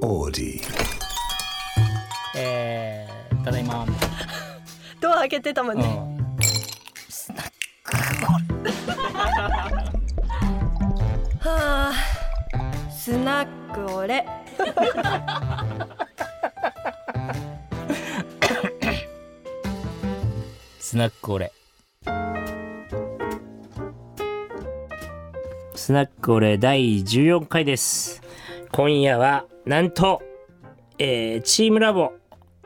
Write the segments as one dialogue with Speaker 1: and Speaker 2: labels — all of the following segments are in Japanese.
Speaker 1: オーディ
Speaker 2: えー、ただいまみたい
Speaker 3: ドア開けてたもん
Speaker 2: な、
Speaker 3: ね。
Speaker 2: うん
Speaker 3: はあ、スナックオレ。
Speaker 2: スナックオレスナックオレ第14回です今夜はなんと、えー、チームラボ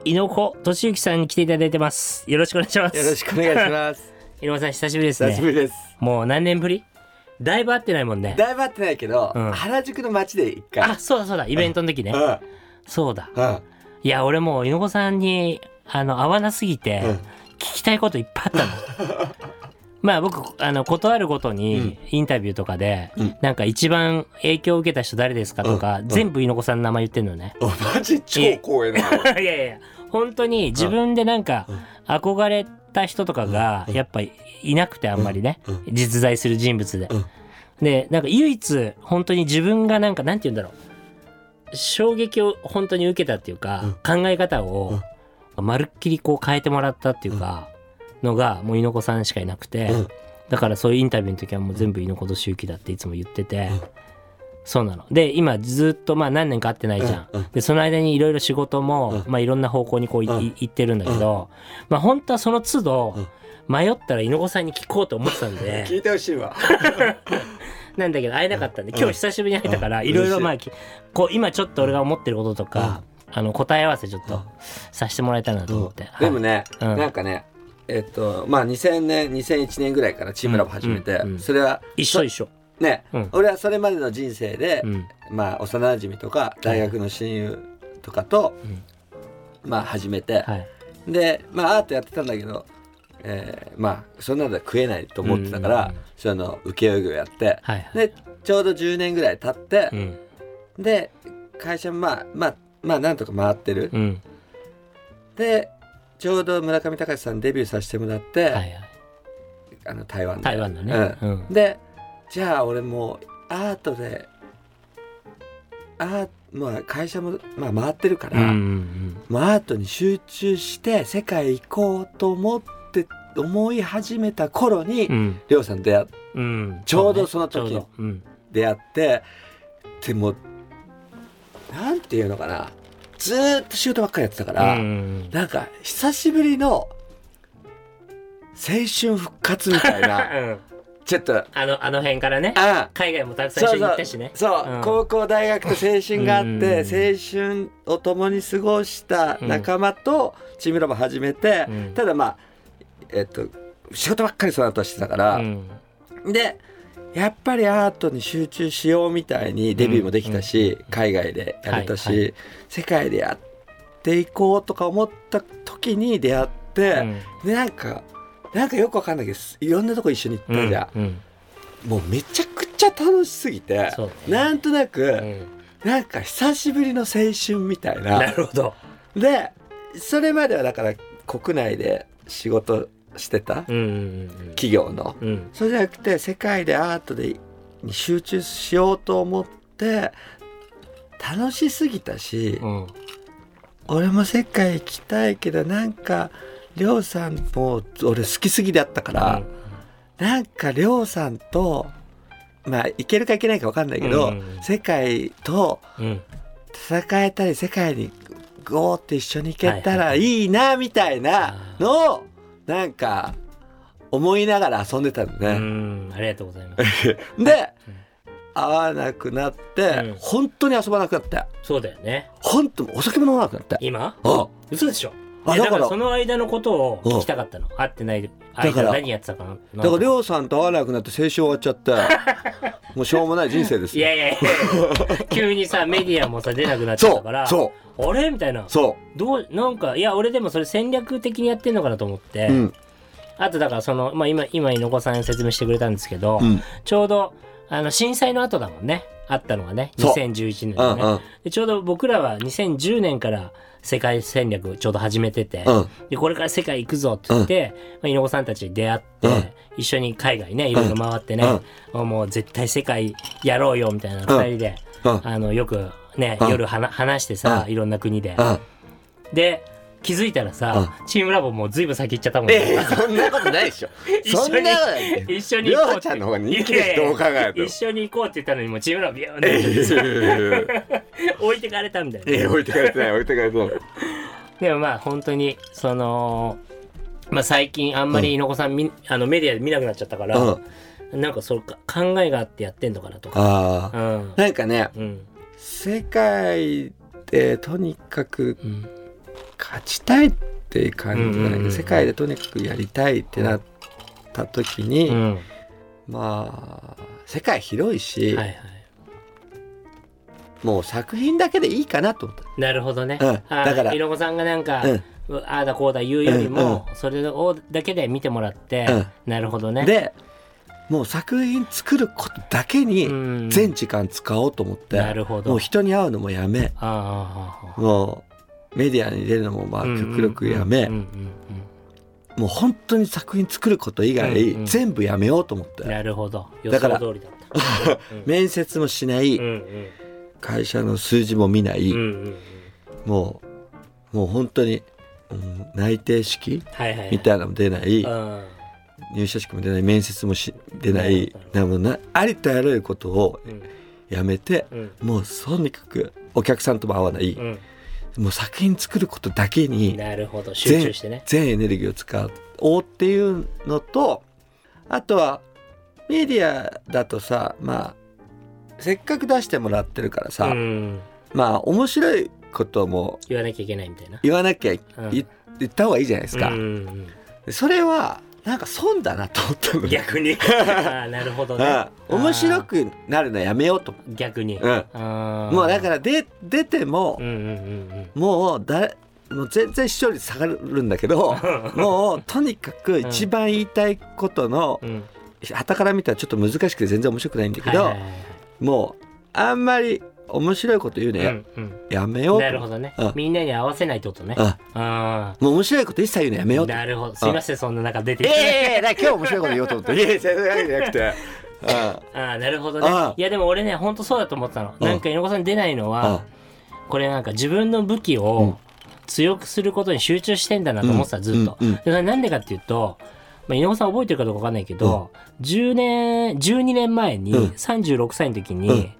Speaker 2: 猪子俊之さんに来ていただいてますよろしくお願いします
Speaker 4: よろしくお願いします。
Speaker 2: 猪子さん久しぶりです
Speaker 4: 久しぶ
Speaker 2: ね
Speaker 4: りです。
Speaker 2: もう何年ぶりだいぶ会ってないもんね
Speaker 4: だいぶ会ってないけど、
Speaker 2: うん
Speaker 4: 原宿の街で一回。
Speaker 2: あそうだそうだイベントの時ね
Speaker 4: うん、うん、
Speaker 2: そうだ
Speaker 4: うん、
Speaker 2: いや俺もう猪子さんにあの合わなすぎて、聞きたいこといっぱいあったの。 まあ僕あの断るごとにインタビューとかで、
Speaker 4: うん
Speaker 2: なんか一番影響を受けた人誰ですかとか、
Speaker 4: うんうん
Speaker 2: 全部猪子さんの名前言ってんのね。
Speaker 4: お、マジ超光栄な。
Speaker 2: いやいやいや本当に自分でなんか
Speaker 4: うん
Speaker 2: 憧れた人とかがやっぱいなくてあんまりね、
Speaker 4: うんうん
Speaker 2: 実在する人物で。
Speaker 4: うん
Speaker 2: でなんか唯一本当に自分がなんかなんて言うんだろう衝撃を本当に受けたっていうか、考え方をまるっきりこう変えてもらったっていうか、のがもう猪子さんしかいなくて、
Speaker 4: うん
Speaker 2: だからそういうインタビューの時はもう全部猪子と周期だっていつも言ってて。
Speaker 4: うん
Speaker 2: そうなので今ずっとまあ何年か会ってないじゃん、
Speaker 4: うんうん
Speaker 2: でその間にいろいろ仕事も、
Speaker 4: う
Speaker 2: まあ、いろんな方向にこうい,い、
Speaker 4: うん
Speaker 2: 行ってるんだけど、まあ本当はその都度、
Speaker 4: うん
Speaker 2: 迷ったら猪子さんに聞こうと思ってたん
Speaker 4: 聞
Speaker 2: で
Speaker 4: いてほしいわ。
Speaker 2: なんだけど会えなかったんで
Speaker 4: うん
Speaker 2: 今日久しぶりに会えたから
Speaker 4: うん
Speaker 2: いろいろ
Speaker 4: 嬉しい
Speaker 2: まあきこう今ちょっと俺が思ってることとか、あの答え合わせちょっとさせてもらえたらなと思って、
Speaker 4: でもね、
Speaker 2: うん
Speaker 4: なんかね、えっと、まあ、2000年、2001年ぐらいからチームラボ始めて、
Speaker 2: うんうん
Speaker 4: それは。
Speaker 2: 一緒一緒、
Speaker 4: ね、
Speaker 2: うん
Speaker 4: 俺はそれまでの人生で、
Speaker 2: うん
Speaker 4: まあ、幼馴染とか、大学の親友とかと。
Speaker 2: ん
Speaker 4: まあ、始めて、
Speaker 2: はい、
Speaker 4: でまあアートやってたんだけど、えーまあそんなのは食えないと思ってたから、
Speaker 2: うん
Speaker 4: その請負いをやって、
Speaker 2: はいはい
Speaker 4: でちょうど10年ぐらい経って
Speaker 2: う、ん
Speaker 4: で会社もまあまあまあなんとか回ってる、
Speaker 2: うん
Speaker 4: でちょうど村上隆さんデビューさせてもらって、
Speaker 2: はいはい
Speaker 4: あの台湾で
Speaker 2: 台湾のね、
Speaker 4: う
Speaker 2: うんん
Speaker 4: でじゃあ俺もうアートであまあ会社も、まあ、回ってるか
Speaker 2: うんう
Speaker 4: ら、
Speaker 2: ん
Speaker 4: もうアートに集中して世界行こうと思って思い始めた頃に、
Speaker 2: うんうん
Speaker 4: りょうさん出会
Speaker 2: うん
Speaker 4: ちょうどその時
Speaker 2: ちょうどうん
Speaker 4: 出会ってでもうなんていうのかなずーっと仕事ばっかりやってたから、
Speaker 2: うん
Speaker 4: なんか久しぶりの青春復活みた いな
Speaker 2: うん
Speaker 4: ちょっとあ
Speaker 2: あの、あの辺からね。
Speaker 4: あ
Speaker 2: 海外もたくさん一
Speaker 4: そ
Speaker 2: 緒
Speaker 4: う
Speaker 2: に
Speaker 4: そ
Speaker 2: 行っ
Speaker 4: う
Speaker 2: たしね。
Speaker 4: そう、
Speaker 2: うん
Speaker 4: 高校大学と青春があ
Speaker 2: う
Speaker 4: っ
Speaker 2: ん
Speaker 4: て青春を共に過ごした仲間とチームラボ始めて、
Speaker 2: うん
Speaker 4: ただまあえっと仕事ばっかりその後してたから、
Speaker 2: うん
Speaker 4: でやっぱりアートに集中しようみたいにデビューもできたし、海外でやれたし、
Speaker 2: はいは
Speaker 4: 世界でやっていこうとか思った時に出会って、でなんかなんかよくわかんないけどいろんなとこ一緒に行ったじゃん、
Speaker 2: うんうん
Speaker 4: もうめちゃくちゃ楽しすぎて、
Speaker 2: そうね
Speaker 4: なんとなく、
Speaker 2: うん
Speaker 4: なんか久しぶりの青春みたいな
Speaker 2: なるほど。
Speaker 4: でそれまではだから国内で仕事してた
Speaker 2: うんうん
Speaker 4: 企業の、
Speaker 2: うんうん。
Speaker 4: そうじゃなくて世界でアートでに集中しようと思って楽しすぎたし、
Speaker 2: うんうん
Speaker 4: 俺も世界行きたいけどなんかりょうさんも俺好きすぎだったから、なんかりょうさんとまあ行けるか行けないか分かんないけ
Speaker 2: う
Speaker 4: ど、
Speaker 2: んうんうん
Speaker 4: 世界と
Speaker 2: うん
Speaker 4: 戦えたり世界にゴーって一緒に行けた
Speaker 2: はいは
Speaker 4: ら
Speaker 2: いはい
Speaker 4: いいなみたいなのをなんか思いながら遊んでたのね。
Speaker 2: うん。ありがとうございます。
Speaker 4: で、会わなくなって、
Speaker 2: うん
Speaker 4: 本当に遊ばなくなって
Speaker 2: そうだよね。
Speaker 4: 本当お酒も飲まなくなって
Speaker 2: 今
Speaker 4: あ
Speaker 2: 嘘でしょ。
Speaker 4: あ
Speaker 2: いやだか
Speaker 4: だからら
Speaker 2: その間のことを聞きたかったの。会ってない
Speaker 4: だか
Speaker 2: 間
Speaker 4: ら
Speaker 2: 何やってたかな。
Speaker 4: だからり
Speaker 2: い
Speaker 4: ょうさんと会わなくなって青春終わっちゃってもうしょうもない人生です
Speaker 2: やい やいや急にさ、メディアもさ、出なくなっちゃっ
Speaker 4: そ
Speaker 2: たから、
Speaker 4: うそう
Speaker 2: あれみたいな。
Speaker 4: そ
Speaker 2: どう、なんか、いや、俺でもそれ戦略的にやってんのかなと思って
Speaker 4: う、うん
Speaker 2: あとだからその、まあ、今、今、猪子さん説明してくれたんですけど、
Speaker 4: うん
Speaker 2: ちょうど、あの、震災の後だもんね。あったのがね。
Speaker 4: そう
Speaker 2: 2011年
Speaker 4: うん
Speaker 2: の
Speaker 4: う
Speaker 2: ね、
Speaker 4: ん
Speaker 2: で。ちょうど僕らは2010年から世界戦略ちょうど始めてて、
Speaker 4: うん
Speaker 2: で、これから世界行くぞって言って、まあ、猪子さんたちに出会って、
Speaker 4: うん
Speaker 2: 一緒に海外ね、いろいろ回ってね、もう絶対世界やろうよみたいな、
Speaker 4: ん
Speaker 2: 二人で
Speaker 4: うん
Speaker 2: あのよくね
Speaker 4: うん
Speaker 2: 夜はな話してさ
Speaker 4: うん
Speaker 2: いろんな国で
Speaker 4: うん
Speaker 2: で気づいたらさチームラボもうずいぶん先行っちゃったもん
Speaker 4: え
Speaker 2: ね
Speaker 4: えそんなことないでしょ
Speaker 2: 一緒に
Speaker 4: そんなことない
Speaker 2: 一緒に
Speaker 4: り
Speaker 2: 行こう
Speaker 4: ょ
Speaker 2: っ
Speaker 4: うち
Speaker 2: て
Speaker 4: ゃんの方が人気ですどう考えても
Speaker 2: 一緒に行こうって言ったのにもうチームラボビューンっ
Speaker 4: ええ
Speaker 2: て
Speaker 4: え
Speaker 2: 置いてかれたみたいな
Speaker 4: え置いてかれてない置いてかれてない
Speaker 2: でもまあ本当にその、まあ、最近あんまり猪子さん、みん、あのメディアで見なくなっちゃったから、
Speaker 4: うん
Speaker 2: なんかそうか考えがあってやってんのかなとか。
Speaker 4: あ
Speaker 2: う
Speaker 4: あ
Speaker 2: ん
Speaker 4: なんかね
Speaker 2: うん
Speaker 4: 世界でとにかく
Speaker 2: うん
Speaker 4: 勝ちたいって感じじゃない
Speaker 2: うんうん
Speaker 4: け
Speaker 2: うん
Speaker 4: ど世界でとにかくやりたいってなった時に、
Speaker 2: うんは
Speaker 4: まあ世界広い
Speaker 2: い
Speaker 4: し、
Speaker 2: はい
Speaker 4: もう作品だけでいいかなと思っ
Speaker 2: なるほどね、
Speaker 4: うん
Speaker 2: あー
Speaker 4: だから
Speaker 2: 猪子さんがなんか、
Speaker 4: た。うん
Speaker 2: ああだこうだ言うよりも、それをだけで見てもらって、
Speaker 4: うん
Speaker 2: なるほどね
Speaker 4: でもう作品作ることだけに
Speaker 2: うん
Speaker 4: 全時間使おうと思って、
Speaker 2: なるほど
Speaker 4: もう人に会うのもやめ
Speaker 2: あーあーあー
Speaker 4: もうメディアに出るのもまあ
Speaker 2: うんうんうん
Speaker 4: 極力やめ、
Speaker 2: うんうん
Speaker 4: もう本当に作品作ること以外、
Speaker 2: うんうん
Speaker 4: 全部やめようと思って、
Speaker 2: うんなるほど予
Speaker 4: だから
Speaker 2: 想通りだったうん
Speaker 4: 面接もしない、
Speaker 2: うんうん
Speaker 4: 会社の数字も見ない、
Speaker 2: うんうんうん
Speaker 4: もうもう本当に、うん内定式
Speaker 2: はいはいはい
Speaker 4: みたいなのも出ない、
Speaker 2: うん
Speaker 4: 入社式も出ない面接もし出ない
Speaker 2: な
Speaker 4: なもうなありとあらゆることを
Speaker 2: うん
Speaker 4: やめて、
Speaker 2: うん
Speaker 4: もうとにかくお客さんとも会わない、
Speaker 2: うん
Speaker 4: もう作品作ることだけに
Speaker 2: なるほど集
Speaker 4: 全
Speaker 2: 中してね
Speaker 4: 全エネルギーを使おうっていうのとあとはメディアだとさまあせっかく出してもらってるからさ、
Speaker 2: うん
Speaker 4: まあ面白いことも
Speaker 2: 言わなきゃいけないみたいな
Speaker 4: 言わなきゃい
Speaker 2: うん
Speaker 4: 言言った方がいいじゃないですか、
Speaker 2: うんうん
Speaker 4: それはなんか損だなと思った
Speaker 2: う
Speaker 4: の
Speaker 2: ん逆 にああなるほどね
Speaker 4: うん面白くなるのやめようと思
Speaker 2: あー逆に
Speaker 4: う、うん、もうだかららで出ても
Speaker 2: うん、うんうんうん
Speaker 4: もうだもう全然視聴率下がるんだけどもうとにかく一番言いたいことの
Speaker 2: うん
Speaker 4: はたから見たらちょっと難しくて全然面白くないんだけど、
Speaker 2: はいはいはい
Speaker 4: もうあんまり面白いこと言うのや,、
Speaker 2: うん
Speaker 4: やめ
Speaker 2: う
Speaker 4: よ
Speaker 2: ん、
Speaker 4: うと
Speaker 2: なるほどね、
Speaker 4: うん
Speaker 2: みんなに合わせないってことね
Speaker 4: あ
Speaker 2: あ
Speaker 4: もう面白いこと一切言うのやめようと
Speaker 2: なるほどすいませんそんな中出て
Speaker 4: え
Speaker 2: き
Speaker 4: え
Speaker 2: て、
Speaker 4: ええだから今日面白いこと言おうと思っていやいやそういうわけじゃなくてあ
Speaker 2: ああなるほどね
Speaker 4: ああ
Speaker 2: いやでも俺ねほんとそうだと思ってたの
Speaker 4: うん
Speaker 2: なんか猪子さん出ないのは
Speaker 4: あ
Speaker 2: これなんか自分の武器を強くすることに集中してんだなと思ってた、
Speaker 4: うん
Speaker 2: ずっと、
Speaker 4: うんうん
Speaker 2: でそれなんでかっていうと、まあ、猪子さん覚えてるかどうかわかんないけど、10年12年前に、
Speaker 4: うん
Speaker 2: 36歳の時に、
Speaker 4: うん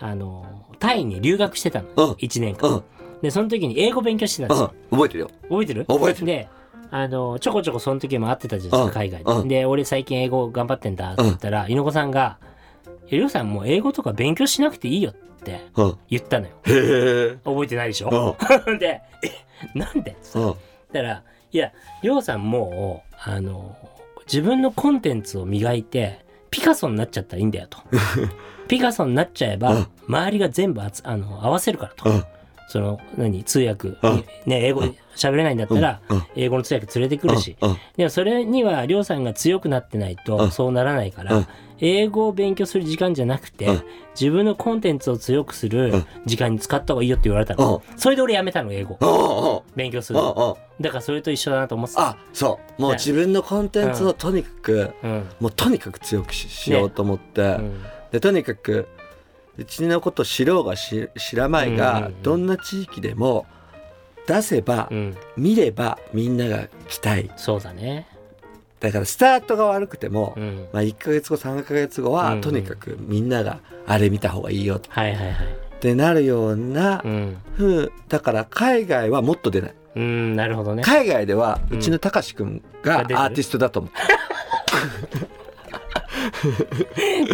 Speaker 2: あのタイに留学してたの、
Speaker 4: うん
Speaker 2: 1年間、
Speaker 4: うん
Speaker 2: でその時に英語勉強してたんですよ、
Speaker 4: うん覚えてるよ
Speaker 2: 覚えてる
Speaker 4: 覚えてる
Speaker 2: であのちょこちょこその時も会ってたじゃないですか
Speaker 4: うん
Speaker 2: 海外
Speaker 4: うん
Speaker 2: でで俺最近英語頑張ってんだって言ったら猪子さんが「いやりょうさんもう英語とか勉強しなくていいよ」って
Speaker 4: うん
Speaker 2: 言ったのよ
Speaker 4: へえ
Speaker 2: 覚えてないでし
Speaker 4: う
Speaker 2: ょ
Speaker 4: ん
Speaker 2: で「えなんで?」って言
Speaker 4: うん
Speaker 2: ったら「いやりょうさんもうあの自分のコンテンツを磨いてピカソになっちゃったらいいんだよ」 と「ピカソになっちゃえ
Speaker 4: うん
Speaker 2: ば周りが全部あつあの合わせるから」と。
Speaker 4: うん
Speaker 2: その何通訳
Speaker 4: うん
Speaker 2: ね英語喋れないんだったら
Speaker 4: うん
Speaker 2: 英語の通訳連れてくるし
Speaker 4: うん
Speaker 2: でもそれにはりょうさんが強くなってないと
Speaker 4: ん
Speaker 2: そうならないか
Speaker 4: う
Speaker 2: ら
Speaker 4: ん
Speaker 2: 英語を勉強する時間じゃなくて
Speaker 4: うん
Speaker 2: 自分のコンテンツを強くす
Speaker 4: う
Speaker 2: る
Speaker 4: ん
Speaker 2: 時間に使った方がいいよって言われたのそれで俺やめたの英語
Speaker 4: うんうんうん
Speaker 2: 勉強す
Speaker 4: う
Speaker 2: る
Speaker 4: ん
Speaker 2: の
Speaker 4: うん
Speaker 2: だからそれと一緒だなと思ってた
Speaker 4: あそうもう自分のコンテンツをとにかく、
Speaker 2: うん
Speaker 4: もうとにかく強くししようと思って、
Speaker 2: うん
Speaker 4: でとにかくうちのこと知ろうがし知らまいが、
Speaker 2: うんうんうん
Speaker 4: どんな地域でも出せば、
Speaker 2: うん
Speaker 4: 見ればみんなが来たい
Speaker 2: そうだね
Speaker 4: だからスタートが悪くても、
Speaker 2: うん
Speaker 4: まあ、1ヶ月後3ヶ月後
Speaker 2: う
Speaker 4: は、
Speaker 2: んうん
Speaker 4: とにかくみんながあれ見た方がいいよっ
Speaker 2: はいはいはい
Speaker 4: てなるような
Speaker 2: うん
Speaker 4: ふう、だから海外はもっと出ない
Speaker 2: うんなるほどね
Speaker 4: 海外では
Speaker 2: う
Speaker 4: うんちのたかしくんが
Speaker 2: あ
Speaker 4: ア
Speaker 2: 出てる
Speaker 4: ーティストだと思う、
Speaker 2: 高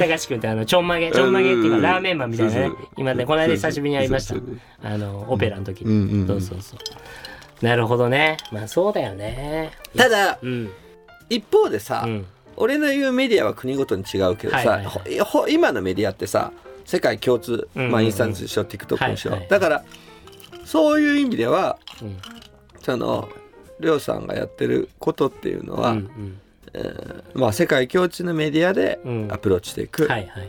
Speaker 2: 橋君ってあのちょんまげちょんまげっていう
Speaker 4: う
Speaker 2: か
Speaker 4: ん
Speaker 2: ラーメンマンみたいなね
Speaker 4: そうそう
Speaker 2: 今ねこの間久しぶりに会いました
Speaker 4: そうそう
Speaker 2: あのオペラの時
Speaker 4: うんうんう
Speaker 2: に
Speaker 4: ん
Speaker 2: そうそうそうなるほどねまあそうだよね
Speaker 4: ただ
Speaker 2: うん
Speaker 4: 一方でさ、
Speaker 2: うん
Speaker 4: 俺の言うメディアは国ごとに違うけどさ、
Speaker 2: はいはいは
Speaker 4: ほほ今のメディアってさ世界共通、
Speaker 2: うんうんうん
Speaker 4: まあ、インスタンツにしろ TikTok にしろ、
Speaker 2: はいはい
Speaker 4: だからそういう意味では
Speaker 2: うん
Speaker 4: そのりょうさんがやってることっていうのは、
Speaker 2: うん
Speaker 4: まあ、世界共通のメディアで
Speaker 2: うん
Speaker 4: アプローチしていく
Speaker 2: うん
Speaker 4: っ
Speaker 2: はいはい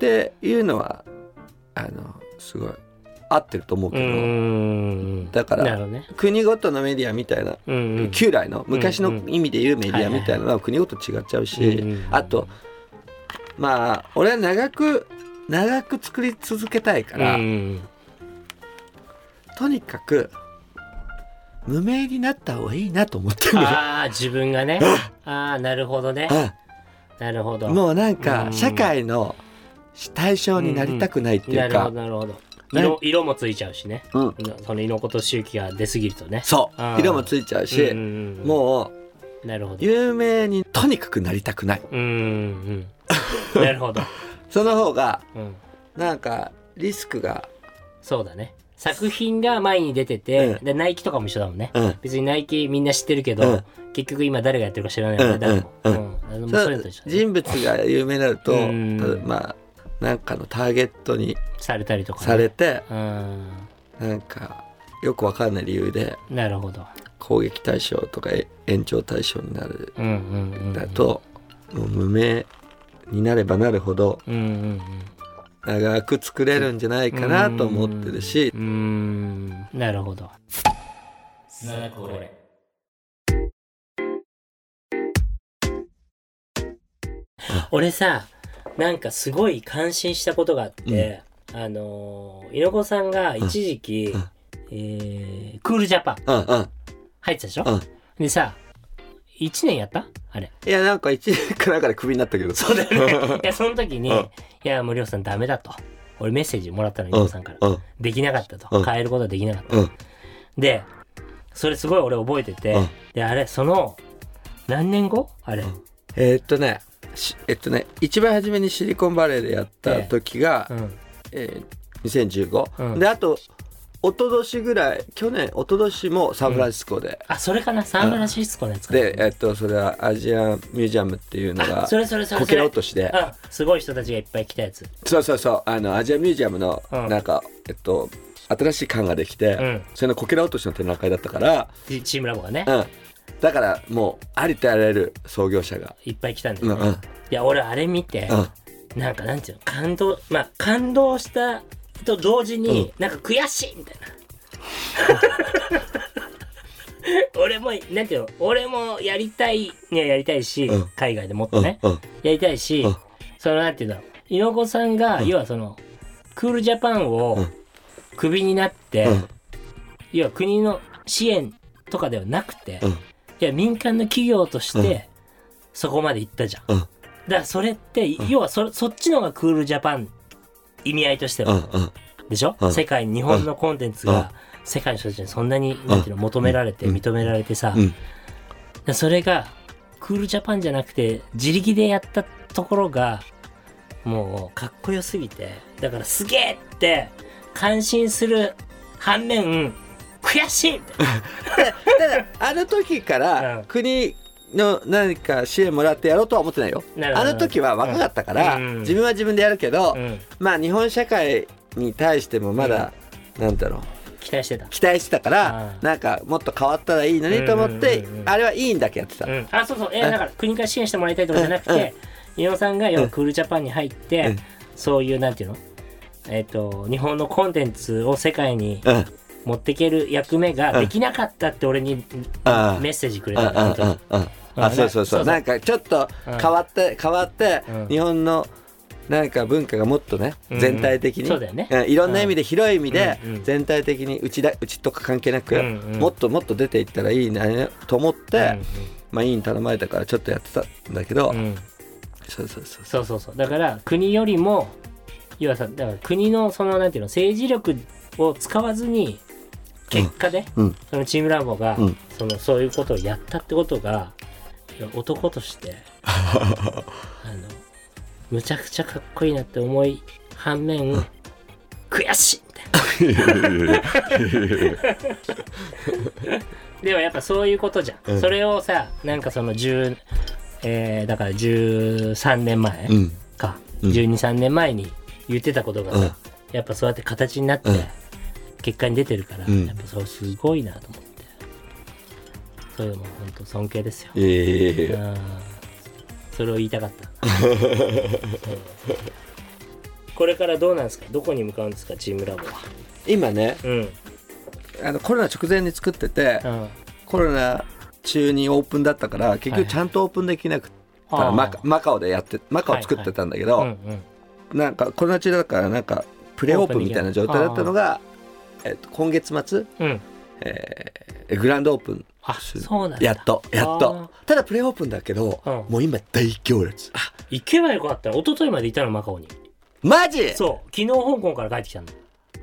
Speaker 4: ていうのは、あのすごい合ってると思う
Speaker 2: う
Speaker 4: けど、
Speaker 2: ん
Speaker 4: だから
Speaker 2: なるほどね
Speaker 4: 国ごとのメディアみたいな、
Speaker 2: うんうん
Speaker 4: 旧来の昔の意味で言うメディアみたいなのは国ごと違っちゃうし、
Speaker 2: うんうん
Speaker 4: あとまあ俺は長く長く作り続けたいから、
Speaker 2: うん
Speaker 4: とにかく無名になった方がいいなと思ってるの
Speaker 2: ああ自分がねああなるほどね なるほど
Speaker 4: もうなん
Speaker 2: う
Speaker 4: か
Speaker 2: ん
Speaker 4: 社会の対象になりたくないってい
Speaker 2: な
Speaker 4: う
Speaker 2: るほ
Speaker 4: か
Speaker 2: ど、なるほど
Speaker 4: ね
Speaker 2: 色色もついちゃうしね
Speaker 4: うん、
Speaker 2: その色こと周期が出過ぎるとね
Speaker 4: そう色もつ
Speaker 2: い
Speaker 4: いちゃうし、
Speaker 2: う
Speaker 4: も
Speaker 2: んなるほ
Speaker 4: う
Speaker 2: ど
Speaker 4: 有名にとにかくなりたくない
Speaker 2: うんうん うんなるほど、
Speaker 4: その方が
Speaker 2: うん、
Speaker 4: なんかリスクが、
Speaker 2: そうだね作品が前に出てて、
Speaker 4: うん
Speaker 2: でナイキとかも一緒だもんね
Speaker 4: うん、
Speaker 2: 別にナイキみんな知ってるけど、結局今誰がやってるか知らないもんね、
Speaker 4: うん
Speaker 2: 誰も、
Speaker 4: うん
Speaker 2: うんもう
Speaker 4: そ
Speaker 2: そういう
Speaker 4: う
Speaker 2: のと一緒だね
Speaker 4: 人物が有名になると
Speaker 2: うん
Speaker 4: ただまあなんかのターゲットに
Speaker 2: されたりとか、ね、
Speaker 4: されて
Speaker 2: うん
Speaker 4: なんかよくわかんない理由で
Speaker 2: なるほど
Speaker 4: 攻撃対象とかえ延長対象になる
Speaker 2: うんうんうんうん
Speaker 4: だともう無名になればなるほど
Speaker 2: うんうんうん
Speaker 4: 長く作れるんじゃないかなと思ってるし
Speaker 2: うんうんなるほど俺さなんかすごい感心したことがあって、あのー猪子さんが一時期、
Speaker 4: うんうん
Speaker 2: えークールジャパン
Speaker 4: うんうん
Speaker 2: 入ってたでしょ、
Speaker 4: うん
Speaker 2: でさ1年やったあれ
Speaker 4: いやなんか一年かなんかでクビになったけどそうだ
Speaker 2: いや、その時に、
Speaker 4: うん
Speaker 2: いや、もうりょうさんダメだと。俺メッセージもらったの、り
Speaker 4: う
Speaker 2: ょ
Speaker 4: ん
Speaker 2: うさんから。
Speaker 4: うん
Speaker 2: できなかった
Speaker 4: う
Speaker 2: と。
Speaker 4: ん
Speaker 2: 変えることはできなかった。
Speaker 4: うん
Speaker 2: で、それすごい俺覚えてて
Speaker 4: うん、
Speaker 2: で、あれ、その、何年後あれ。
Speaker 4: んえーっとねしえっとね一番初めにシリコンバレーでやった時が、
Speaker 2: うん。
Speaker 4: えー、2015、
Speaker 2: うん
Speaker 4: であと一昨年ぐらい去年一昨年もサンフランシスコで、
Speaker 2: あ、それかなサンフランシスコのやつかな
Speaker 4: で、えっとそれはアジアンミュージアムっていうの
Speaker 2: あ、
Speaker 4: が
Speaker 2: それそれそれ
Speaker 4: こ
Speaker 2: そ
Speaker 4: け
Speaker 2: れ。
Speaker 4: ら
Speaker 2: うん
Speaker 4: 落としで、
Speaker 2: すごい人たちがいっぱい来たやつ。
Speaker 4: そうそうそうあのアジアンミュージアムの
Speaker 2: うん
Speaker 4: なんか、えっと新しい館ができて、
Speaker 2: うん
Speaker 4: それのこけら落としの展覧会だったから、
Speaker 2: チチームラボがね
Speaker 4: う。ん、だからもうありとあらゆる創業者が、
Speaker 2: いっぱい来たんだ
Speaker 4: うんう
Speaker 2: よ
Speaker 4: ん
Speaker 2: ね。いや、俺あれ見て、
Speaker 4: うん
Speaker 2: なんかなんていうの感動まあ感動したと同時に、なんか悔しいみたいな 俺もなんていうの俺もやりたいにはやりたいし、
Speaker 4: うん
Speaker 2: 海外でもっ
Speaker 4: う
Speaker 2: と
Speaker 4: ん
Speaker 2: ね、
Speaker 4: うん
Speaker 2: やりたいし、
Speaker 4: うん
Speaker 2: そのなんていうんだろう猪子さんが、要はそのクールジャパン
Speaker 4: う
Speaker 2: を
Speaker 4: ん
Speaker 2: クビになって、
Speaker 4: うん
Speaker 2: 要は国の支援とかではなくて、
Speaker 4: うん
Speaker 2: いや民間の企業として、
Speaker 4: うん
Speaker 2: そこまで行ったじゃん。
Speaker 4: うん
Speaker 2: だからそれって、要はそそっちの方がクールジャパン意味合いとして
Speaker 4: う
Speaker 2: は、
Speaker 4: んうん
Speaker 2: でしょ、
Speaker 4: うん
Speaker 2: 世界日本のコンテンツが世界の人たちにそんなに、なんていうの求められて、
Speaker 4: うん
Speaker 2: 認められてさ、
Speaker 4: うん
Speaker 2: でそれがクールジャパンじゃなくて自力でやったところがもうかっこよすぎてだからすげえって感心する反面悔しいみたいな
Speaker 4: ただあの時か
Speaker 2: うん
Speaker 4: ら国の何か支援もらってやろうとは思ってないよ
Speaker 2: なるほ
Speaker 4: あ
Speaker 2: ど
Speaker 4: の時は若かったから、
Speaker 2: うん
Speaker 4: 自分は自分でやるけど、
Speaker 2: うん、
Speaker 4: まあ日本社会に対してもまだ、なんだろう
Speaker 2: 期待してた。
Speaker 4: 期待してたから、
Speaker 2: うん
Speaker 4: なんかもっと変わったらいいのにと思って、
Speaker 2: うんうんうんうん
Speaker 4: あれはいいんだけやってた、
Speaker 2: うん、あそうそう、え
Speaker 4: うん
Speaker 2: だから国から支援してもらいたいとかじゃなくて、伊野さんが要はクールジャパンに入って、
Speaker 4: うん
Speaker 2: そういうなんていうのえっ、と日本のコンテンツを世界に
Speaker 4: うん、
Speaker 2: 持っていける役目が
Speaker 4: うん
Speaker 2: できなかったって俺にメ
Speaker 4: あ
Speaker 2: ッセージくれ
Speaker 4: うん
Speaker 2: たのその時
Speaker 4: うんうんうんあそうそう
Speaker 2: そう
Speaker 4: そう
Speaker 2: そう
Speaker 4: なんかちょっと
Speaker 2: うん
Speaker 4: 変わって変わって、
Speaker 2: うん
Speaker 4: 日本のなんか文化がもっとね、
Speaker 2: うん
Speaker 4: 全体的に
Speaker 2: そうだよね
Speaker 4: んいろんな意味で、広い意味で、
Speaker 2: うんうん
Speaker 4: 全体的にうちだうちとか関係なく、
Speaker 2: うんうん
Speaker 4: もっともっと出ていったらいいなと思って、
Speaker 2: うん
Speaker 4: まあいいに頼まれたからちょっとやってたんだけど、
Speaker 2: うんうん
Speaker 4: そうそうそう
Speaker 2: そうそうそうだから国よりも要はさだから国のそのなんていうの政治力を使わずに結果で、
Speaker 4: うんうん
Speaker 2: そのチームラボが、
Speaker 4: うん
Speaker 2: そのそういうことをやったってことがいや男として あのむちゃくちゃかっこいいなって思い反面、悔し いみたいなでもやっぱそういうことじゃん、
Speaker 4: うん
Speaker 2: それをさなんかその10、えーだから13年前、
Speaker 4: うん
Speaker 2: か、
Speaker 4: うん
Speaker 2: 1 2 3年前に言ってたことがさ、
Speaker 4: うん
Speaker 2: やっぱそうやって形になって、
Speaker 4: うん
Speaker 2: 結果に出てるから、
Speaker 4: うん
Speaker 2: やっぱそれすごいなと思ってそういうのも本当尊敬ですよ、
Speaker 4: いやいやいやいや
Speaker 2: うんそれを言いたかった そうこれからどうなんですかどこに向かうんですかチームラボは
Speaker 4: 今ね
Speaker 2: うんうん
Speaker 4: あのコロナ直前に作ってて、
Speaker 2: あ
Speaker 4: コロナ中にオープンだったから結
Speaker 2: はい
Speaker 4: 局ちゃんとオープンできなくて、
Speaker 2: あ
Speaker 4: マカマカオでやってマカオ作ってたんだけど、
Speaker 2: うんうん
Speaker 4: なんかコロナ中だからなんかプレオープンみたいな状態だったのが、えっと、今月末、
Speaker 2: うん。
Speaker 4: えーグランドオープン
Speaker 2: あ、そうなんだ。
Speaker 4: やっとやっとただプレオープンだけど、
Speaker 2: うん
Speaker 4: もう今大行列あ
Speaker 2: 行けばよかった。一昨日までいたの、マカオに。
Speaker 4: マジ
Speaker 2: そう。昨日香港から帰ってきたんだ。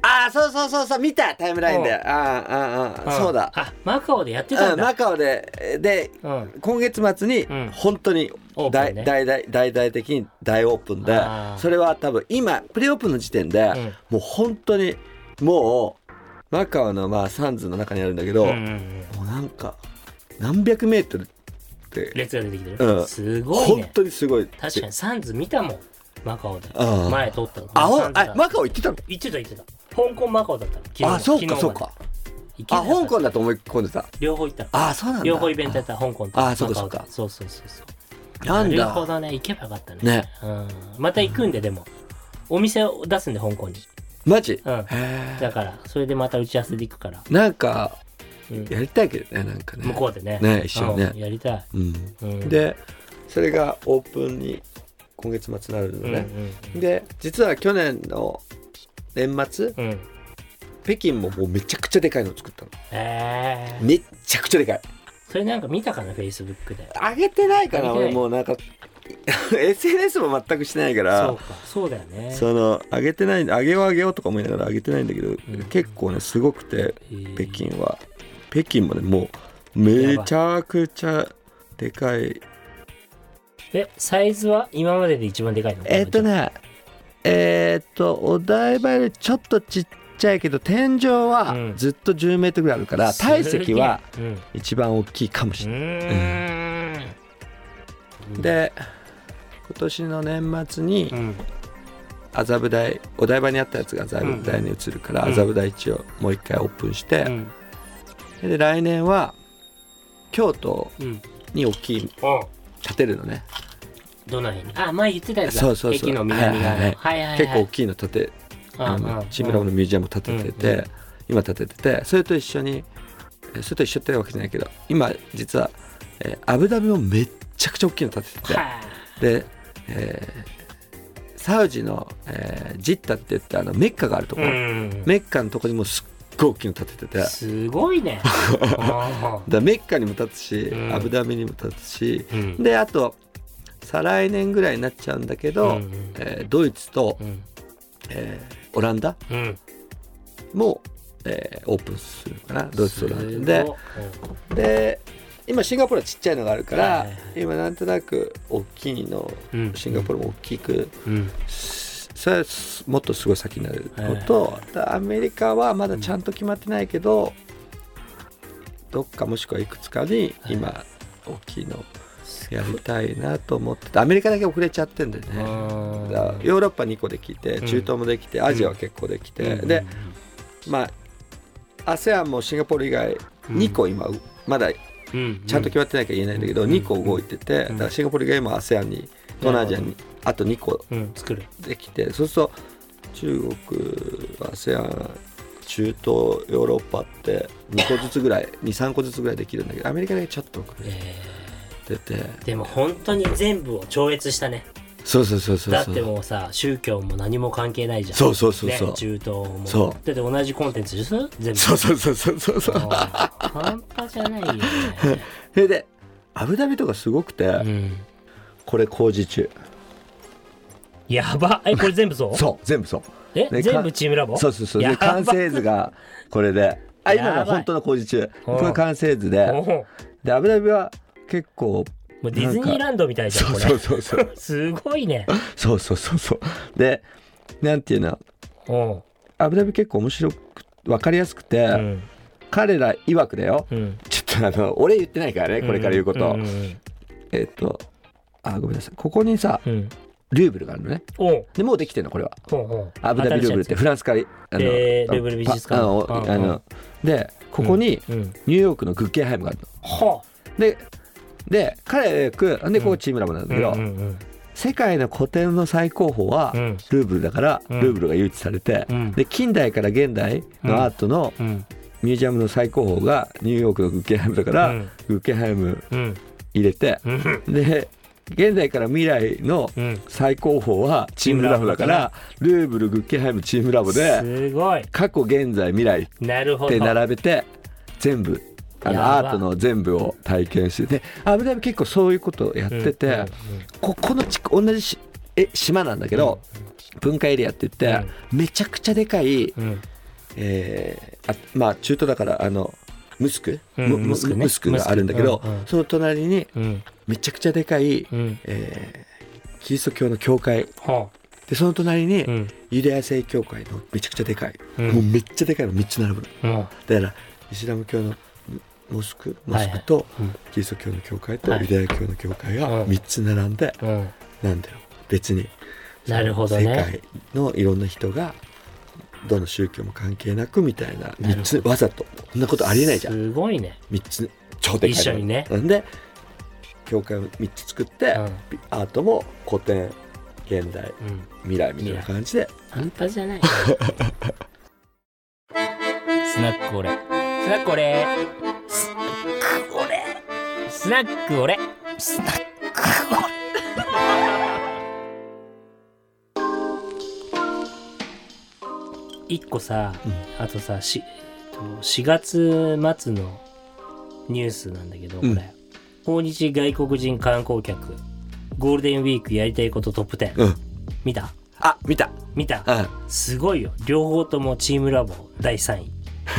Speaker 4: ああそうそうそうそう見たタイムラインで
Speaker 2: うん
Speaker 4: あーあーあー
Speaker 2: ん
Speaker 4: そうだ
Speaker 2: あ、マカオでやってた
Speaker 4: うんんマ
Speaker 2: だ。
Speaker 4: カオでで
Speaker 2: うん。
Speaker 4: 今月末に
Speaker 2: うん
Speaker 4: 本当に
Speaker 2: オープ
Speaker 4: 大
Speaker 2: ンね
Speaker 4: 大大大々的に大オープンで
Speaker 2: あー
Speaker 4: それは多分今プレオープンの時点で
Speaker 2: ん
Speaker 4: もう本当にもうマカオのまあサンズの中にあるんだけど
Speaker 2: うんう
Speaker 4: も
Speaker 2: んうん。
Speaker 4: うなんか何百メートルって
Speaker 2: 列が出てきて
Speaker 4: う
Speaker 2: る。
Speaker 4: ん
Speaker 2: すごい
Speaker 4: 本
Speaker 2: ね。
Speaker 4: 当にすごい
Speaker 2: 確かにサンズ見たもん。マカオで。
Speaker 4: うん
Speaker 2: 前通ったの。
Speaker 4: あお
Speaker 2: サンズだ
Speaker 4: あマカオ行ってたの
Speaker 2: 行ってた行ってた。香港マカオだったの。昨日
Speaker 4: あそうか
Speaker 2: 昨日
Speaker 4: そう
Speaker 2: まで
Speaker 4: か
Speaker 2: 行け
Speaker 4: あ
Speaker 2: なかった
Speaker 4: 香港だと思い込んでた
Speaker 2: 両方行ったの。
Speaker 4: あそうなんだ
Speaker 2: 両方イベントやったら香港と
Speaker 4: あそうか
Speaker 2: マカオ
Speaker 4: そうか
Speaker 2: でそうそうそうそう。
Speaker 4: な
Speaker 2: な
Speaker 4: ん
Speaker 2: るほ
Speaker 4: だ
Speaker 2: どね。行けばよかったね。
Speaker 4: ね
Speaker 2: うん。また行くんで、でも。お店を出すんで、香港に。
Speaker 4: マジ
Speaker 2: うん
Speaker 4: へー
Speaker 2: だから、それでまた打ち合わせで行くから。
Speaker 4: なんか
Speaker 2: うん
Speaker 4: やりたいけどねなんかね
Speaker 2: 向こうでね。
Speaker 4: ね一緒にね
Speaker 2: うんやりたい。
Speaker 4: うん
Speaker 2: うん、
Speaker 4: でそれがオープンに今月末なるの
Speaker 2: うん、
Speaker 4: ね、で実は去年の年末
Speaker 2: うん。うん。
Speaker 4: 北京ももうめちゃくちゃでかいの作ったの
Speaker 2: えー。
Speaker 4: めっちゃくちゃでかい
Speaker 2: それなんか見たかな、Facebook で。
Speaker 4: 上げてないか
Speaker 2: 上
Speaker 4: な
Speaker 2: げてない
Speaker 4: 俺もうなんか SNS も全くしてないか
Speaker 2: そ
Speaker 4: ら
Speaker 2: うか、そうだよね。
Speaker 4: その上げてない上げよう上げようとか思いながら上げてないんだけど、
Speaker 2: ん
Speaker 4: 結構ねすごくて
Speaker 2: えー
Speaker 4: 北京は北京もねもうめちゃくちゃでかい
Speaker 2: え、サイズは今までで一番でかいの
Speaker 4: えっと
Speaker 2: ね。
Speaker 4: ねえっとお台場よりちょっとちっちゃいけど天井
Speaker 2: う
Speaker 4: は
Speaker 2: ん
Speaker 4: ずっと1 0ルぐらいあるから、体積は
Speaker 2: すげえ。うん。う
Speaker 4: 一番大きいかもしれない、
Speaker 2: ーん。
Speaker 4: で今年の年末に
Speaker 2: うん。
Speaker 4: 麻布台お台場にあったやつが麻布台に移るから
Speaker 2: うん
Speaker 4: 麻布台一をもう一回オープンして
Speaker 2: う、ん。
Speaker 4: で来年は京都
Speaker 2: うん。
Speaker 4: に大きい
Speaker 2: お
Speaker 4: 建てるのね
Speaker 2: どの辺にあ、前言ってたやつだ。
Speaker 4: そうそうそ
Speaker 2: 駅
Speaker 4: う
Speaker 2: の南側の。は
Speaker 4: はい
Speaker 2: いはいはい。
Speaker 4: 結構大きいの建てあ
Speaker 2: うんう
Speaker 4: の
Speaker 2: ん
Speaker 4: チームラボのミュージアムを建ててて、
Speaker 2: うんうん
Speaker 4: 今建てててそれと一緒にえそれと一緒ってわけじゃないけど今実は、えーアブダビもめっちゃくちゃ大きいの建ててて、
Speaker 2: は
Speaker 4: で、えーサウジの、えージッタって言ってあのメッカがあると
Speaker 2: あ。
Speaker 4: こ
Speaker 2: う
Speaker 4: ろ、
Speaker 2: ん。
Speaker 4: メッカのとこにもすっごい大きいの建てててだか
Speaker 2: すごい ね。あ
Speaker 4: らメッカにも建つし、
Speaker 2: うん
Speaker 4: アブダビにも建つし
Speaker 2: ーうん。
Speaker 4: であと再来年ぐらいになっちゃうんだけ
Speaker 2: う
Speaker 4: ど、
Speaker 2: ん
Speaker 4: えードイツと、
Speaker 2: うん。
Speaker 4: えーオランダ
Speaker 2: うん。
Speaker 4: も、えーオープンするのかなドイツとオラン
Speaker 2: す
Speaker 4: ダ
Speaker 2: ごい
Speaker 4: でで今シンガポールはちっちゃいのがあるから、
Speaker 2: はいはいは
Speaker 4: 今なんとなく大きいの
Speaker 2: うん
Speaker 4: シンガポールも大きく、
Speaker 2: うん。
Speaker 4: それはもっとすごい先になるのと、アメリカはまだちゃんと決まってないけど、どっかもしくはいくつかに今大きいのやりたいなと思っててアメリカだけ遅れちゃってんだよね。
Speaker 2: うん
Speaker 4: だからヨーロッパ2個できて中東もできて、アジアは結構できて、で、まあ ASEAN もシンガポール以外2個今、まだち
Speaker 2: うんうん、
Speaker 4: ゃんと決まってないから言えないんだけど、
Speaker 2: うん
Speaker 4: 2個動いてて、
Speaker 2: うん
Speaker 4: だからシンガポール以外も ASEAN に東南アジア
Speaker 2: な
Speaker 4: にあと2個
Speaker 2: うん、作る。
Speaker 4: できてそうすると中国 ASEAN 中東ヨーロッパって2個ずつ ぐらい23個ずつぐらいできるんだけどアメリカだけちょっと遅れ
Speaker 2: え
Speaker 4: てて
Speaker 2: ー、でも本当に全部を超越したね。
Speaker 4: そうそうそうそうそう
Speaker 2: だってもうさ、宗教も何も関係ないじゃん。
Speaker 4: そうそうそうそう
Speaker 2: ね、中東も。
Speaker 4: そう
Speaker 2: だって同じコンテンツです全部。
Speaker 4: そうそうそうそうそうそう
Speaker 2: もう半端じゃないよ ね。
Speaker 4: それでアブダビとかすごくて、
Speaker 2: うん。
Speaker 4: これ工事中
Speaker 2: やばえ、これ全部そう
Speaker 4: そう全部そう
Speaker 2: え、
Speaker 4: ね
Speaker 2: 全部チームラボ
Speaker 4: そうそうそう。で
Speaker 2: やば
Speaker 4: 完成図がこれで。あ今
Speaker 2: や
Speaker 4: の
Speaker 2: ばい
Speaker 4: 本当の工事中。
Speaker 2: うん
Speaker 4: これ完成図
Speaker 2: お
Speaker 4: で。
Speaker 2: うも
Speaker 4: で、アブダビは結構。
Speaker 2: うディズニーランドみたいじゃん、
Speaker 4: そう
Speaker 2: これ。
Speaker 4: そうそうそう。
Speaker 2: すごいね。
Speaker 4: そうそうそうそう。で、なんていうの、
Speaker 2: うん。
Speaker 4: アブダビ結構面白く、わかりやすくて、
Speaker 2: うん。
Speaker 4: 彼ら曰くだよ。
Speaker 2: うん。
Speaker 4: ちょっとあの、俺言ってないからね、これから言うこと。
Speaker 2: んん
Speaker 4: えっと、あ、ごめんなさい。ここにさ、
Speaker 2: うんうん。
Speaker 4: ルーブルがあるのね。
Speaker 2: おう
Speaker 4: で、もうできてんの、これは。
Speaker 2: おうおう
Speaker 4: アブダビルーブルってフランスから、あ
Speaker 2: えールーブル美術館
Speaker 4: パあの
Speaker 2: うんうん
Speaker 4: あので、ここ
Speaker 2: 新しいや
Speaker 4: に
Speaker 2: つうん。
Speaker 4: ニューヨークのグッケンハイムがあるの。
Speaker 2: は
Speaker 4: でで彼がよくなんでこうチームラボなん
Speaker 2: あ。
Speaker 4: だけど、
Speaker 2: うんうん
Speaker 4: 世界の古典の最高峰は
Speaker 2: うん
Speaker 4: ルーブルだから、
Speaker 2: うん
Speaker 4: ルーブルが誘致されて、
Speaker 2: うん
Speaker 4: で近代から現代のアートの
Speaker 2: うん。うん。
Speaker 4: ミュージアムの最高峰がニューヨークのグッケンハイムだから、
Speaker 2: うん
Speaker 4: グッケンハイム
Speaker 2: うん。
Speaker 4: 入れて、
Speaker 2: うん。
Speaker 4: で現代から未来の
Speaker 2: うん
Speaker 4: 最高峰はチームラボだからルーブルグッケンハイムチームラボです
Speaker 2: ごい
Speaker 4: 過去現在未来
Speaker 2: なるほ
Speaker 4: って
Speaker 2: ど
Speaker 4: 並べて全部あ
Speaker 2: や
Speaker 4: の
Speaker 2: ば
Speaker 4: アートの全部を体験してでアブダビ結構そういうことをやってて、
Speaker 2: うんうんうん
Speaker 4: ここの地区同じしえ島なんだけど、文化エリアって言って、めちゃくちゃでかい、
Speaker 2: うん
Speaker 4: えーあまあ中東だからあのムスク、
Speaker 2: うん
Speaker 4: む
Speaker 2: ムスクね
Speaker 4: ムスクがあるんだけ
Speaker 2: ム
Speaker 4: ど、
Speaker 2: スクうんうん
Speaker 4: その隣に
Speaker 2: うん
Speaker 4: めちゃくちゃでかい、
Speaker 2: うん
Speaker 4: えーキリスト教の教会
Speaker 2: は
Speaker 4: でその隣に、
Speaker 2: あうん
Speaker 4: ユダヤ正教会のめちゃくちゃでかい、
Speaker 2: うん
Speaker 4: もうめっちゃでかいの3つ並ぶの。
Speaker 2: も
Speaker 4: だからイスラム教のモスクモスクとキリスト教の教会と
Speaker 2: はい
Speaker 4: ユダヤ教の教会が
Speaker 2: うん
Speaker 4: 3つ並んで、
Speaker 2: ううん
Speaker 4: なんだよ別に
Speaker 2: なるほどね
Speaker 4: 世界のいろんな人がどの宗教も関係なくみたいな3つわざとこんなことありえないじゃん
Speaker 2: すごいね
Speaker 4: 3つ超でかいの
Speaker 2: 一緒にね
Speaker 4: んで教会を3つ作って、
Speaker 2: う
Speaker 4: アートも古典現代
Speaker 2: うん
Speaker 4: 未来みたいな感じで
Speaker 2: 半端じゃない スナックオレスナックオレスナックオレスナックオレスナックオレ一個さ、あとさしえっと4月末のニュースなんだけど、
Speaker 4: うん
Speaker 2: これ訪日外国人観光客ゴールデンウィークやりたいことトップ10、
Speaker 4: うん
Speaker 2: 見た
Speaker 4: あ見た、
Speaker 2: 見た
Speaker 4: うん、
Speaker 2: すごいよ両方ともチームラボ第3位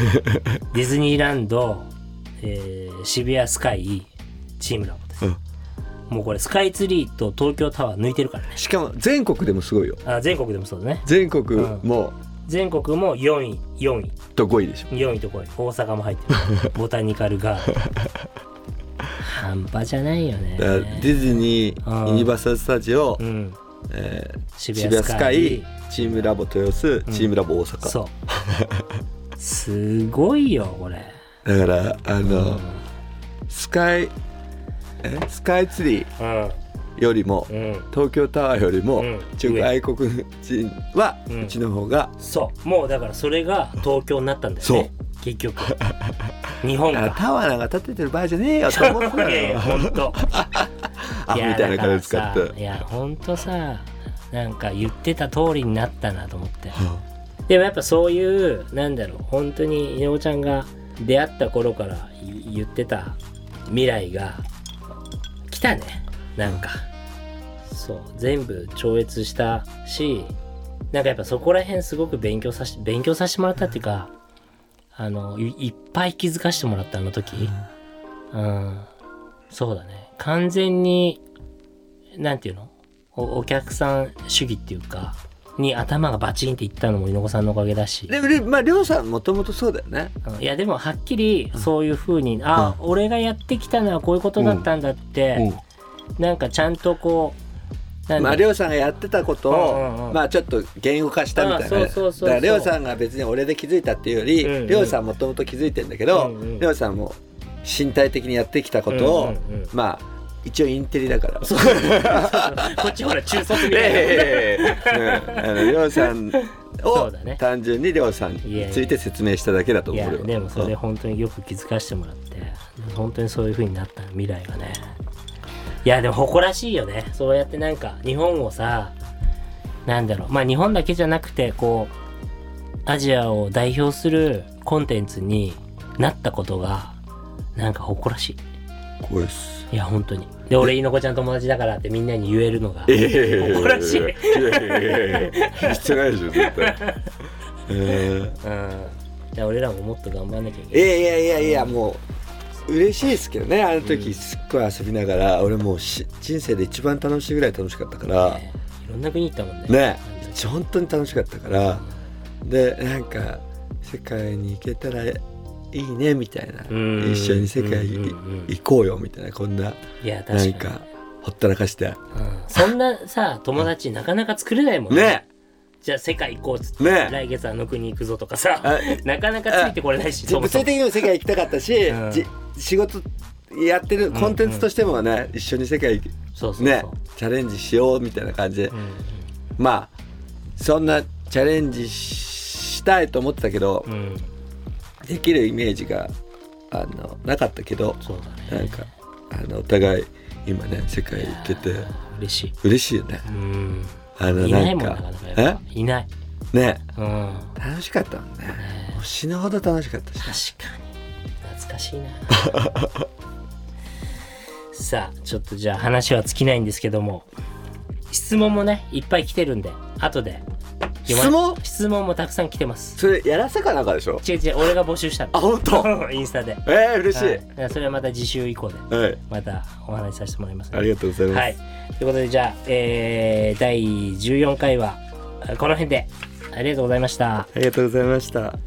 Speaker 2: ディズニーランド、えー渋谷スカイチームラボです、
Speaker 4: うん
Speaker 2: もうこれスカイツリーと東京タワー抜いてるからね
Speaker 4: しかも全国でもすごいよ
Speaker 2: あ全国でもそうだね
Speaker 4: 全国も
Speaker 2: 全国も4位4位
Speaker 4: どこいいでしょ
Speaker 2: 4位とこい大阪も入ってるボタニカルガーデン半端じゃないよね
Speaker 4: だからディズニ
Speaker 2: あ
Speaker 4: ー
Speaker 2: ー
Speaker 4: ユニバーサル・スタジオ、
Speaker 2: うん
Speaker 4: えー
Speaker 2: 渋
Speaker 4: 渋
Speaker 2: 谷
Speaker 4: 谷
Speaker 2: ス
Speaker 4: ス
Speaker 2: カ
Speaker 4: カ
Speaker 2: イ
Speaker 4: イチームラボ豊洲、チームラボ大阪
Speaker 2: そうすごいよこれ
Speaker 4: だからあ
Speaker 2: うん
Speaker 4: の、スカイえスカイツリー
Speaker 2: うん
Speaker 4: よりも、
Speaker 2: うん
Speaker 4: 東京タワーよりも、
Speaker 2: うん
Speaker 4: 中
Speaker 2: 上
Speaker 4: 外国人は、
Speaker 2: う
Speaker 4: うんちの方が
Speaker 2: そうもうだからそれが東京になったんだよね結局日本
Speaker 4: だから
Speaker 2: が
Speaker 4: タワーなんか建ててる場合じゃねえよと思った の
Speaker 2: いやい
Speaker 4: よ
Speaker 2: や本当
Speaker 4: あみたいな感じで使って
Speaker 2: いやだからさいや本当さなんか言ってた通りになったなと思ってでもやっぱそういうなんだろう本当に稲尾ちゃんが出会った頃からい言ってた未来が来たねなんか、そう全部超越したしなんかやっぱそこら辺すごく勉強さし勉強させてもらったっていうかあのいいっぱい気づかせてもらったあの時うんそうだね完全になんていうのおお客さん主義っていうかに頭がバチンっていったのも猪子さんのおかげだし
Speaker 4: でもりまあ亮さんもともとそうだよね
Speaker 2: うんいやでもはっきりそういうふうに、あ、俺がやってきたのはこういうことだったんだって、なんかちゃんとこうなん
Speaker 4: ま
Speaker 2: だ
Speaker 4: あ、りょうさんがやってたことを、
Speaker 2: うんうんうん
Speaker 4: まあ、ちょっと言語化したみたいなね、
Speaker 2: あそうそうそうそう
Speaker 4: だからりょうさんが別に俺で気づいたっていうより、
Speaker 2: うんうん
Speaker 4: りょうさんもともと気づいてんだけど、
Speaker 2: うんうん
Speaker 4: りょうさんも身体的にやってきたことを、
Speaker 2: うんうん うん
Speaker 4: まあ一応インテリだから。
Speaker 2: そうそうそうこっちほら中卒みたいな、
Speaker 4: ええうんあのりょうさん
Speaker 2: そ
Speaker 4: を
Speaker 2: うだね
Speaker 4: 単純にりょうさんについて説明しただけだと
Speaker 2: い
Speaker 4: 思う
Speaker 2: や
Speaker 4: 俺
Speaker 2: で
Speaker 4: は
Speaker 2: もそれ
Speaker 4: うん
Speaker 2: 本当によく気づかせてもらって本当にそういうふうになった未来がねいやでも誇らしいよねそうやってなんか日本をさなんだろうまあ日本だけじゃなくてこうアジアを代表するコンテンツになったことがなんか誇らしい
Speaker 4: こうです
Speaker 2: いや本当にで俺猪子ちゃん友達だからってみんなに言えるのが誇らしい、
Speaker 4: いやいやいやいやしてないでしょ絶対、えー
Speaker 2: うんじゃあ俺らももっと頑張んなきゃいけ
Speaker 4: い
Speaker 2: ない
Speaker 4: やいやいやいやもう嬉しいですけどねあの時すっごい遊びながら、俺もうし人生で一番楽しいぐらい楽しかったから
Speaker 2: ねいろんな国行ったもんね
Speaker 4: ね本当に楽しかったからでなんか世界に行けたらいいねみたいな
Speaker 2: うん
Speaker 4: 一緒に世界に
Speaker 2: うんうんうん
Speaker 4: 行こうよみたいなこんない
Speaker 2: や確か
Speaker 4: な
Speaker 2: に
Speaker 4: んかほったらかして
Speaker 2: うんそんなさ友達なかなか作れないもん
Speaker 4: ね
Speaker 2: じゃあ世界行こうっつって、
Speaker 4: ね
Speaker 2: 来月あの国行くぞとかさ
Speaker 4: あ
Speaker 2: なかなかついてこれないしそも
Speaker 4: 物
Speaker 2: そ
Speaker 4: 理
Speaker 2: も
Speaker 4: 的にも世界行きたかったし、
Speaker 2: うん
Speaker 4: じ仕事やってるコンテンツとしてもね、一緒に世界行
Speaker 2: そうそうそう、
Speaker 4: ねチャレンジしようみたいな感じで
Speaker 2: うんうん
Speaker 4: まあそんなチャレンジしたいと思ってたけど、
Speaker 2: うん、
Speaker 4: できるイメージがあのなかったけど
Speaker 2: そうだね
Speaker 4: なんかあのお互い今ね世界行けて
Speaker 2: 嬉しい
Speaker 4: 嬉しいよね
Speaker 2: うん
Speaker 4: あの
Speaker 2: いな
Speaker 4: ないん
Speaker 2: もん
Speaker 4: か
Speaker 2: なかなかやっぱいない
Speaker 4: えね
Speaker 2: うん
Speaker 4: 楽しかったもん
Speaker 2: ね
Speaker 4: ねもう死ぬほど楽しかったし
Speaker 2: 確かに懐か しいなさあちょっとじゃあ話は尽きないんですけども質問もねいっぱい来てるんで後で読ま
Speaker 4: 質問
Speaker 2: 質問もたくさん来てます
Speaker 4: それやらせかなんかでしょ
Speaker 2: 違う違う俺が募集した
Speaker 4: あ本当
Speaker 2: の インスタで
Speaker 4: えー、嬉しい、
Speaker 2: はいだからそれはまた次週以降で
Speaker 4: はい、
Speaker 2: またお話しさせてもらいます
Speaker 4: ありがとうございます、
Speaker 2: はいということでじゃあ、えー第14回はこの辺でありがとうございました
Speaker 4: ありがとうございました